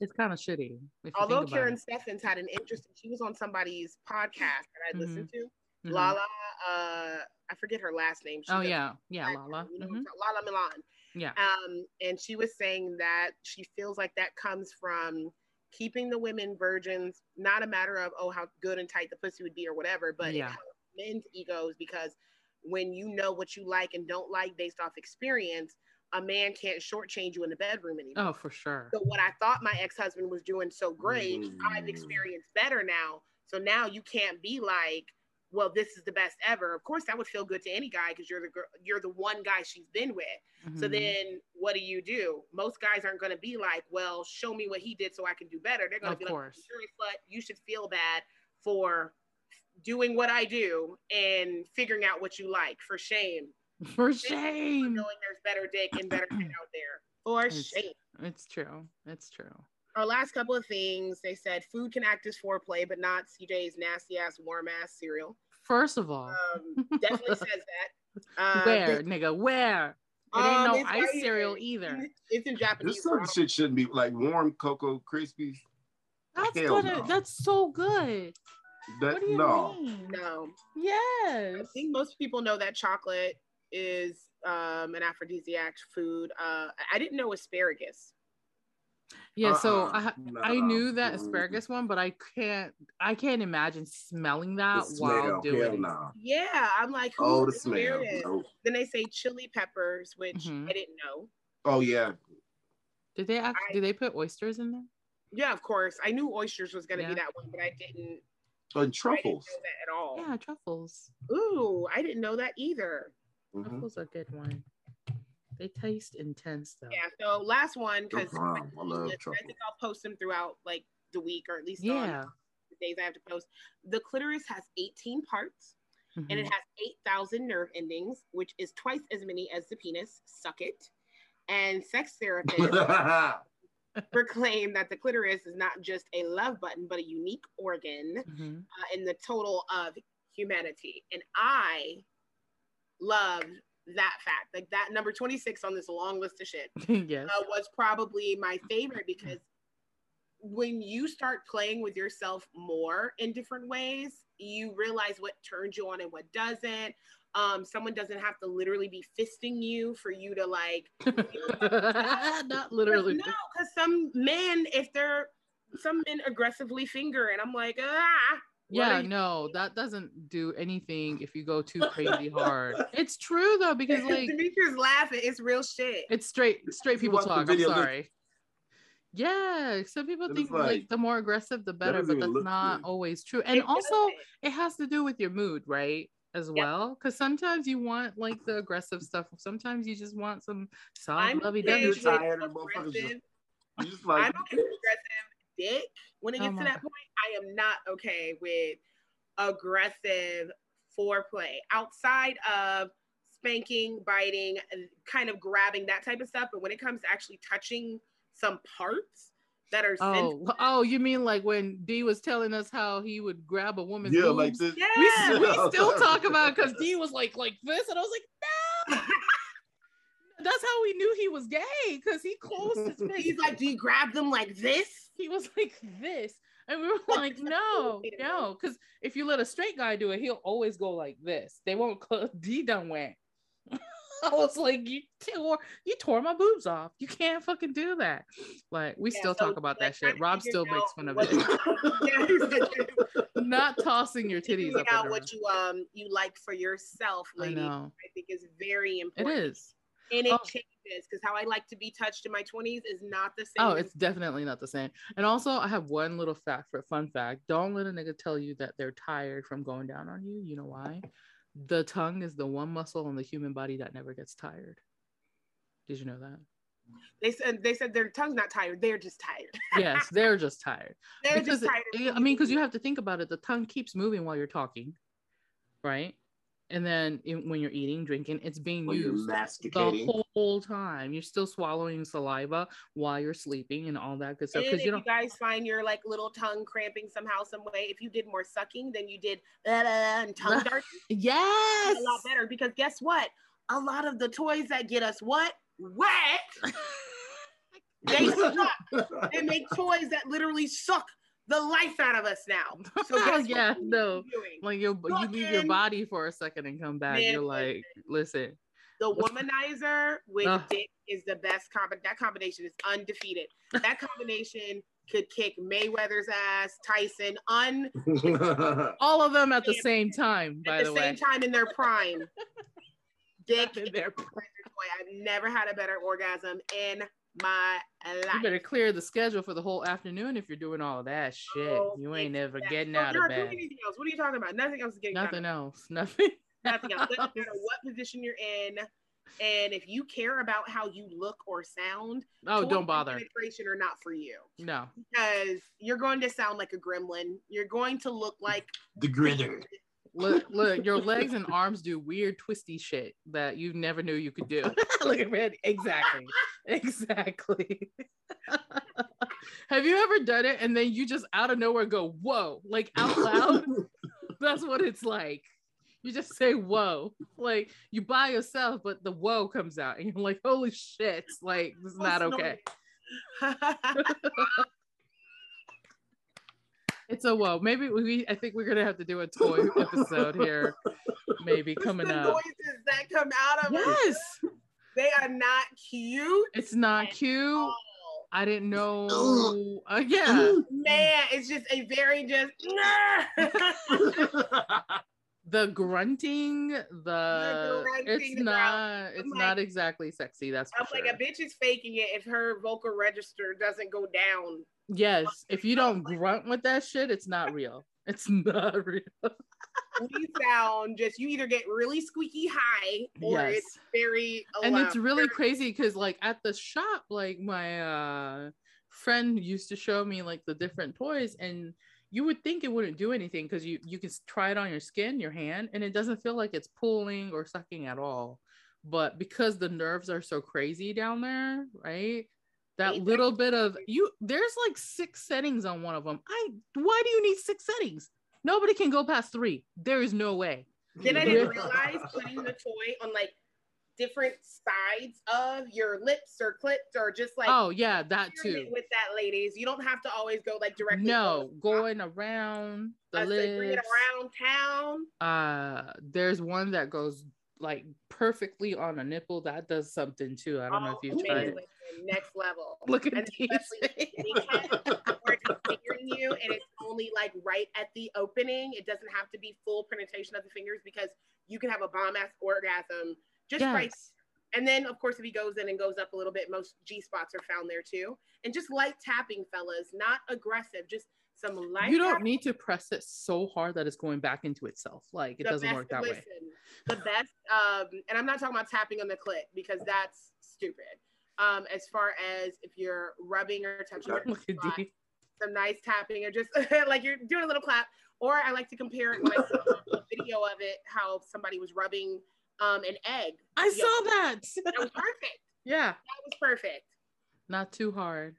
Speaker 2: it's kind of shitty. if you
Speaker 3: Although
Speaker 2: think about
Speaker 3: Karen
Speaker 2: it.
Speaker 3: Steffens had an interesting, she was on somebody's podcast that I
Speaker 2: Mhm.
Speaker 3: listened to.
Speaker 2: Mhm.
Speaker 3: Lala, uh, I forget her last name. She
Speaker 2: Oh
Speaker 3: does-
Speaker 2: yeah, yeah,
Speaker 3: I-
Speaker 2: Lala.
Speaker 3: you know,
Speaker 2: Mhm.
Speaker 3: Lala Milan.
Speaker 2: Yeah.
Speaker 3: Um, and she was saying that she feels like that comes from keeping the women virgins, not a matter of oh how good and tight the pussy would be or whatever, but it
Speaker 2: Yeah.
Speaker 3: helps men's egos because when you know what you like and don't like based off experience, a man can't shortchange you in the bedroom anymore.
Speaker 2: Oh, for sure.
Speaker 3: So what I thought my ex-husband was doing so great, I've
Speaker 1: Mm.
Speaker 3: experienced better now. So now you can't be like, well, this is the best ever. Of course, that would feel good to any guy because you're the girl, you're the one guy she's been with. So
Speaker 2: Mhm.
Speaker 3: then what do you do? Most guys aren't going to be like, well, show me what he did so I can do better. They're going
Speaker 2: Of
Speaker 3: to be like,
Speaker 2: course.
Speaker 3: you're a slut. You should feel bad for doing what I do and figuring out what you like. For shame,
Speaker 2: <laughs> for
Speaker 3: for
Speaker 2: shame.
Speaker 3: knowing there's better dick and better shit out there. For
Speaker 2: Mm. It's-
Speaker 3: shame.
Speaker 2: It's true. It's true.
Speaker 3: our last couple of things, they said food can act as foreplay, but not CJ's nasty ass, warm ass cereal.
Speaker 2: First of all,
Speaker 3: Um,
Speaker 2: <laughs>
Speaker 3: definitely says that. Uh,
Speaker 2: where, nigga, where? It ain't
Speaker 3: um,
Speaker 2: no
Speaker 3: it's
Speaker 2: ice
Speaker 3: right
Speaker 2: cereal
Speaker 3: here.
Speaker 2: either.
Speaker 3: It's in Japanese.
Speaker 1: <laughs> This certain shit shouldn't be like warm Cocoa Krispies.
Speaker 2: That's
Speaker 1: Hell
Speaker 2: good.
Speaker 1: no.
Speaker 2: That's so good.
Speaker 1: That
Speaker 2: What do you
Speaker 1: no.
Speaker 2: mean?
Speaker 3: No, I
Speaker 2: Yes.
Speaker 3: think most people know that chocolate is um, an aphrodisiac food. Uh, I- I didn't know asparagus.
Speaker 2: Yeah. So
Speaker 1: Uh-uh.
Speaker 2: I ha-
Speaker 1: No.
Speaker 2: I knew that
Speaker 1: Mm-mm.
Speaker 2: asparagus one, but I can't I can't imagine smelling that
Speaker 1: The
Speaker 2: while
Speaker 1: smell, hell
Speaker 2: doing.
Speaker 1: no.
Speaker 3: Yeah, I'm like, who
Speaker 1: Oh, the
Speaker 3: is
Speaker 1: smell.
Speaker 3: asparagus?
Speaker 1: Nope.
Speaker 3: Then they say chili peppers, which
Speaker 2: Mhm.
Speaker 3: I didn't know.
Speaker 1: Oh yeah,
Speaker 2: Did they actually?
Speaker 3: I-
Speaker 2: did they put oysters in there?
Speaker 3: Yeah, of course. I knew oysters was going to
Speaker 2: Yeah.
Speaker 3: be that one, but I didn't,
Speaker 1: and
Speaker 3: I didn't know
Speaker 1: truffles.
Speaker 3: that at all.
Speaker 2: Yeah, truffles.
Speaker 3: Ooh, I didn't know that either.
Speaker 1: Mhm.
Speaker 2: Truffles are a good one. They taste intense though.
Speaker 3: Yeah. So last one
Speaker 1: No
Speaker 3: because I
Speaker 1: problem. I love truffles.
Speaker 3: think I'll post them throughout like the week or at least
Speaker 2: Yeah.
Speaker 3: on the days I have to post. The clitoris has 18 parts and it
Speaker 2: Mhm.
Speaker 3: has 8,000 nerve endings, which is twice as many as the penis. Suck it. And sex
Speaker 1: <laughs>
Speaker 2: <laughs>
Speaker 3: therapists <laughs> proclaim that the clitoris is not just a love button, but a unique organ
Speaker 2: Mhm.
Speaker 3: uh, in the total of humanity. And I loved that fact. Like that number 26 on this long list of shit
Speaker 2: <laughs> yes. <laughs>
Speaker 3: uh, was probably my favorite because when you start playing with yourself more in different ways, you realize what turns you on and what doesn't. Um, someone doesn't have to literally be fisting you for you to like
Speaker 2: Not literally.
Speaker 3: no, because some men, if they're some men aggressively finger, and I'm like, ah, what are
Speaker 2: Yeah,
Speaker 3: you
Speaker 2: no, that doesn't do anything if you go too crazy hard. It's true though, because like
Speaker 3: <laughs> Demetrius laughing. It's real shit.
Speaker 2: it's straight straight
Speaker 1: You
Speaker 2: people
Speaker 1: watch the
Speaker 2: talk. I'm
Speaker 1: video, look-
Speaker 2: sorry. Yeah, some people
Speaker 1: It's
Speaker 2: think like,
Speaker 1: like,
Speaker 2: the more aggressive the better,
Speaker 1: doesn't
Speaker 2: but
Speaker 1: even
Speaker 2: that's
Speaker 1: look
Speaker 2: not
Speaker 1: good.
Speaker 2: always true. And
Speaker 3: It
Speaker 2: also
Speaker 3: doesn't.
Speaker 2: it has to do with your mood, right? As well. Cause sometimes you want like the aggressive stuff. Sometimes you just want some
Speaker 3: I'm
Speaker 2: soft lovey
Speaker 1: Yeah,
Speaker 2: dovey
Speaker 1: you're
Speaker 3: engaged with
Speaker 2: shit.
Speaker 1: tired of motherfuckers just-
Speaker 3: aggressive.
Speaker 1: <laughs> You just like
Speaker 3: I'm okay with aggressive dick. When it
Speaker 2: Oh
Speaker 3: gets
Speaker 2: my
Speaker 3: to that
Speaker 2: God.
Speaker 3: point, I am not okay with aggressive foreplay outside of spanking, biting, and kind of grabbing that type of stuff. But when it comes to actually touching some parts that are sensitive,
Speaker 2: Oh, oh, you mean like when D was telling us how he would grab a woman's
Speaker 1: yeah, like
Speaker 2: boobs?
Speaker 1: this.
Speaker 2: we,
Speaker 1: <laughs>
Speaker 3: yeah,
Speaker 2: we still talk about because D was like like this, and I was like, <laughs> That's how we knew he was gay because he closed his face.
Speaker 3: He's like, do you grab them like this?
Speaker 2: he was <laughs> like this, and we were
Speaker 3: <laughs>
Speaker 2: like, no, no, because if you let a straight guy do it, he'll always go like this. They won't. <laughs> Cl- D done went. <laughs> I was like, you tore you tore my boobs off. You can't fucking do that. Like we
Speaker 3: Yeah,
Speaker 2: still
Speaker 3: so,
Speaker 2: talk about
Speaker 3: like,
Speaker 2: that shit.
Speaker 3: I
Speaker 2: Rob
Speaker 3: figured
Speaker 2: still makes
Speaker 3: out
Speaker 2: fun of
Speaker 3: what-
Speaker 2: it.
Speaker 3: <laughs> Yeah, he said,
Speaker 2: Not tossing your titties
Speaker 3: figuring
Speaker 2: up. and
Speaker 3: out
Speaker 2: down.
Speaker 3: what you um you like for yourself,
Speaker 2: I
Speaker 3: lady. I,
Speaker 2: know
Speaker 3: think is very
Speaker 2: it
Speaker 3: important.
Speaker 2: is.
Speaker 3: and it
Speaker 2: Oh.
Speaker 3: changes because how I like to be touched in my twenties is not the same.
Speaker 2: Oh, it's definitely not the same. And also, I have one little fact for fun fact. Don't let a nigga tell you that they're tired from going down on you. You know why? The tongue is the one muscle in the human body that never gets tired. Did you know that?
Speaker 3: they said they said their tongue's not tired; they're just tired. <laughs>
Speaker 2: Yes, they're just tired.
Speaker 3: They're
Speaker 2: because
Speaker 3: just tired.
Speaker 2: it- I mean,
Speaker 3: <laughs>
Speaker 2: because you have to think about it. The tongue keeps moving while you're talking, right? And then in- when you're eating, drinking, it's being
Speaker 1: when you're
Speaker 2: used
Speaker 1: masticating. <laughs>
Speaker 2: the whole time. You're still swallowing saliva while you're sleeping and all that good stuff.
Speaker 3: and if
Speaker 2: Because you
Speaker 3: you
Speaker 2: don't.
Speaker 3: guys find your like little tongue cramping somehow, some way, if you did more sucking than you did <laughs> blah, blah, blah,
Speaker 2: <laughs>
Speaker 3: and tongue darting,
Speaker 2: Yes.
Speaker 3: a lot better. Because guess what? A lot of the toys that get us what wet,
Speaker 2: <laughs>
Speaker 3: they suck. They make toys that literally suck the life out of us now.
Speaker 2: <laughs>
Speaker 3: So guess what
Speaker 2: Yeah,
Speaker 3: we need
Speaker 2: no.
Speaker 3: to be doing?
Speaker 2: Like you, you leave your
Speaker 3: Fucking-
Speaker 2: body for a second and come back.
Speaker 3: Man,
Speaker 2: You're like, listen,
Speaker 3: The
Speaker 2: What's-
Speaker 3: womanizer with
Speaker 2: Ugh.
Speaker 3: dick is the best combo. That combination is undefeated.
Speaker 2: <laughs>
Speaker 3: That combination could kick Mayweather's ass, Tyson, un
Speaker 2: all of them at the same time. By
Speaker 3: at
Speaker 2: the,
Speaker 3: the, same
Speaker 2: way,
Speaker 3: time in their
Speaker 2: <laughs>
Speaker 3: prime. dick is
Speaker 2: They're-
Speaker 3: a toy. I've never had a better orgasm in my
Speaker 2: you
Speaker 3: life.
Speaker 2: better clear the schedule for the whole afternoon if you're doing all that shit.
Speaker 3: Oh,
Speaker 2: you ain't never
Speaker 3: That's-
Speaker 2: getting
Speaker 3: No,
Speaker 2: out
Speaker 3: you're
Speaker 2: of
Speaker 3: not doing
Speaker 2: bed.
Speaker 3: Oh, anything else. What are you talking about? Nothing else is getting out of
Speaker 2: Nothing else. <laughs> Nothing.
Speaker 3: nothing else. Doesn't
Speaker 2: <laughs>
Speaker 3: matter what position you're in. And if you care about how you look or sound,
Speaker 2: oh,
Speaker 3: toys
Speaker 2: don't
Speaker 3: and
Speaker 2: bother.
Speaker 3: Penetration or not for you.
Speaker 2: No.
Speaker 3: because you're going to sound like a gremlin. You're going to look like
Speaker 1: the gritter.
Speaker 2: <laughs> Look, look, your legs and arms do weird twisty shit that you never knew you could do. <laughs> look at Randy. Exactly. Exactly. Have you ever done it and then you just out of nowhere go, whoa, like out <laughs> loud? That's what it's like. You just say whoa. Like you by yourself, but the whoa comes out and you're like, holy shit. Like this is not okay.
Speaker 3: <laughs>
Speaker 2: It's a whoa. Maybe we I think we're gonna have to do a toy episode here. Maybe coming
Speaker 3: the
Speaker 2: up.
Speaker 3: noises that come out of us,
Speaker 2: Yes.
Speaker 3: they are not cute.
Speaker 2: It's not
Speaker 3: And
Speaker 2: cute.
Speaker 3: Oh,
Speaker 2: I didn't know.
Speaker 1: Ugh.
Speaker 2: <laughs> Uh, yeah,
Speaker 3: man, it's just a very just <laughs>
Speaker 2: the grunting, the,
Speaker 3: grunting,
Speaker 2: it's
Speaker 3: the growl.
Speaker 2: not it's
Speaker 3: like-
Speaker 2: not exactly sexy. That's for
Speaker 3: I'm
Speaker 2: sure.
Speaker 3: like a bitch is faking it if her vocal register doesn't go down.
Speaker 2: yes, if you don't grunt with that shit, it's not real. It's <laughs> not real.
Speaker 3: We sound just you either get really squeaky high or
Speaker 2: Yes.
Speaker 3: it's very
Speaker 2: and it's
Speaker 3: alarm-
Speaker 2: really
Speaker 3: very-
Speaker 2: crazy because like at the shop like my uh friend used to show me like the different toys and you would think it wouldn't do anything because you you can s- try it on your skin your hand and it doesn't feel like it's pulling or sucking at all but because the nerves are so crazy down there right that
Speaker 3: Eight
Speaker 2: little bit of you there's like six settings on one of them i why do you need six settings nobody can go past three there is no way
Speaker 3: <laughs> Then
Speaker 2: <laughs>
Speaker 3: I
Speaker 1: <laughs>
Speaker 3: didn't realize putting the toy on like different sides of your lips or clips or just like
Speaker 2: oh yeah that too
Speaker 3: experiment with that, ladies. You don't have to always go like directly.
Speaker 2: no
Speaker 3: from
Speaker 2: going around the
Speaker 3: us to bring it
Speaker 2: lips.
Speaker 3: around town.
Speaker 2: Uh, there's one that goes like perfectly on a nipple. That does something too. I don't know if
Speaker 3: Oh,
Speaker 2: you've tried
Speaker 3: man,
Speaker 2: it.
Speaker 3: listen, Next level.
Speaker 2: <laughs> Look
Speaker 3: And
Speaker 2: at <laughs> these.
Speaker 3: especially where it's just fingering you, and it's only like right at the opening. It doesn't have to be full penetration of the fingers because you can have a bomb ass orgasm just right
Speaker 2: Yes.
Speaker 3: And then, of course, if he goes in and goes up a little bit, most G spots are found there too. And just light tapping, fellas, not aggressive, just some light.
Speaker 2: You don't
Speaker 3: tap-
Speaker 2: need to press it so hard that it's going back into itself. Like it
Speaker 3: the
Speaker 2: doesn't
Speaker 3: best-
Speaker 2: work that way.
Speaker 3: listen, The best, um, and I'm not talking about tapping on the clit because that's stupid. Um, as far as if you're rubbing or touching your
Speaker 2: <laughs> Look at
Speaker 3: spot,
Speaker 2: D.
Speaker 3: some nice tapping or just <laughs> like you're doing a little clap. Or I like to compare it
Speaker 2: <laughs>
Speaker 3: when I saw a video of it, how somebody was rubbing um, an egg.
Speaker 2: I saw that.
Speaker 3: <laughs> That was perfect.
Speaker 2: Yeah.
Speaker 3: That was perfect.
Speaker 2: Not too hard.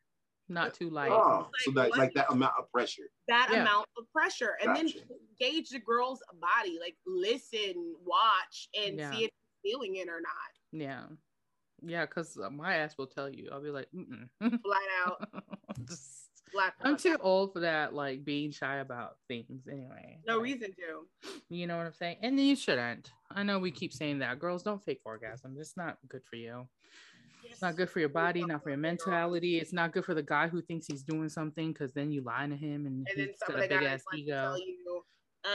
Speaker 2: Not too light.
Speaker 1: oh, so that like that amount of pressure.
Speaker 3: that
Speaker 2: Yeah.
Speaker 3: amount of pressure and
Speaker 1: Gotcha.
Speaker 3: then gauge the girl's body like listen watch and
Speaker 2: Yeah.
Speaker 3: see if she's feeling it or not
Speaker 2: Yeah. Yeah, because my ass will tell you. I'll be like, Mm-mm. <laughs>
Speaker 3: flat out
Speaker 2: Just-
Speaker 3: black.
Speaker 2: I'm too old for that, like being shy about things anyway.
Speaker 3: No
Speaker 2: Like,
Speaker 3: reason to.
Speaker 2: You know what I'm saying? And you shouldn't. I know we keep saying that. Girls, don't fake orgasm. It's not good for you. It's not good for your body, not for your mentality. It's not good for the guy who thinks he's doing something because then you lie to him and,
Speaker 3: And then
Speaker 2: he's
Speaker 3: some
Speaker 2: got
Speaker 3: of
Speaker 2: a
Speaker 3: the
Speaker 2: big
Speaker 3: guys
Speaker 2: ass
Speaker 3: like to
Speaker 2: ego.
Speaker 3: tell you,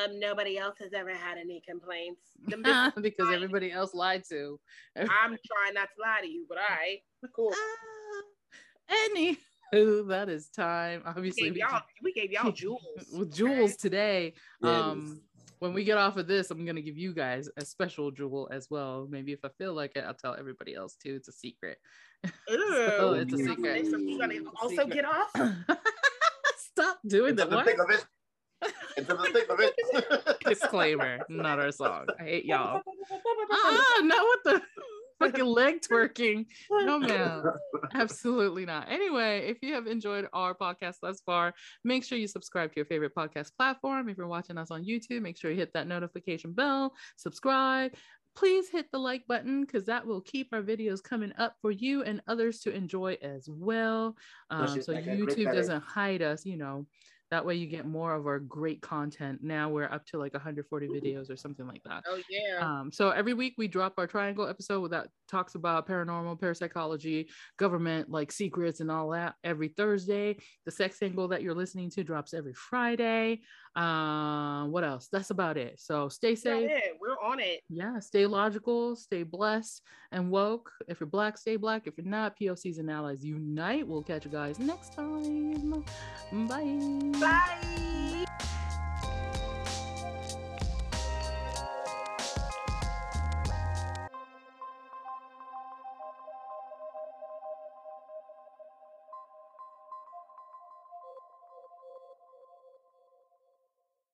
Speaker 3: um, nobody else has ever had any complaints.
Speaker 2: <laughs>
Speaker 3: Them
Speaker 2: <laughs>
Speaker 3: bitches- <laughs>
Speaker 2: because everybody else lied to.
Speaker 3: I'm trying not to lie to you, but all right, cool.
Speaker 2: Anywho, that is time. Obviously,
Speaker 3: We gave
Speaker 2: we
Speaker 3: y'all,
Speaker 2: can-
Speaker 3: we
Speaker 2: <laughs>
Speaker 3: gave y'all jewels.
Speaker 2: with jewels today.
Speaker 1: Yeah,
Speaker 2: Um, when we get off of this, I'm gonna give you guys a special jewel as well. Maybe if I feel like it, I'll tell everybody else too. It's a secret. so
Speaker 3: Ooh.
Speaker 2: Oh, it's a secret.
Speaker 3: So we gonna
Speaker 1: It's
Speaker 2: a
Speaker 3: also
Speaker 2: secret.
Speaker 3: get off.
Speaker 2: <laughs> Stop doing
Speaker 1: into
Speaker 2: that.
Speaker 1: the
Speaker 2: What?
Speaker 1: thick of it. Into the thick of
Speaker 2: <laughs>
Speaker 1: it. <laughs>
Speaker 2: Disclaimer, not our song. I hate <clears throat>
Speaker 3: <laughs>
Speaker 2: y'all. <laughs> Ah, not with the <laughs> fucking leg twerking.
Speaker 3: <laughs>
Speaker 2: No, ma'am. Absolutely not. Anyway, if you have enjoyed our podcast thus far, make sure you subscribe to your favorite podcast platform. If you're watching us on YouTube, make sure you hit that notification bell, subscribe. Please hit the like button because that will keep our videos coming up for you and others to enjoy as well. Um,
Speaker 1: Push it
Speaker 2: so
Speaker 1: like that, click
Speaker 2: YouTube
Speaker 1: that.
Speaker 2: doesn't hide us, you know. That way you get more of our great content. Now we're up to like 140 videos or something like that.
Speaker 3: Oh yeah.
Speaker 2: Um, so every week we drop our triangle episode that talks about paranormal, parapsychology, government, like secrets and all that every Thursday. The sex angle that you're listening to drops every Friday. Um, what else? That's about it. So stay
Speaker 3: That's
Speaker 2: safe.
Speaker 3: it. We're on it.
Speaker 2: Yeah, stay logical, stay blessed and woke. If you're black, stay black. If you're not, POCs and allies unite. We'll catch you guys next time. Bye.
Speaker 3: Bye.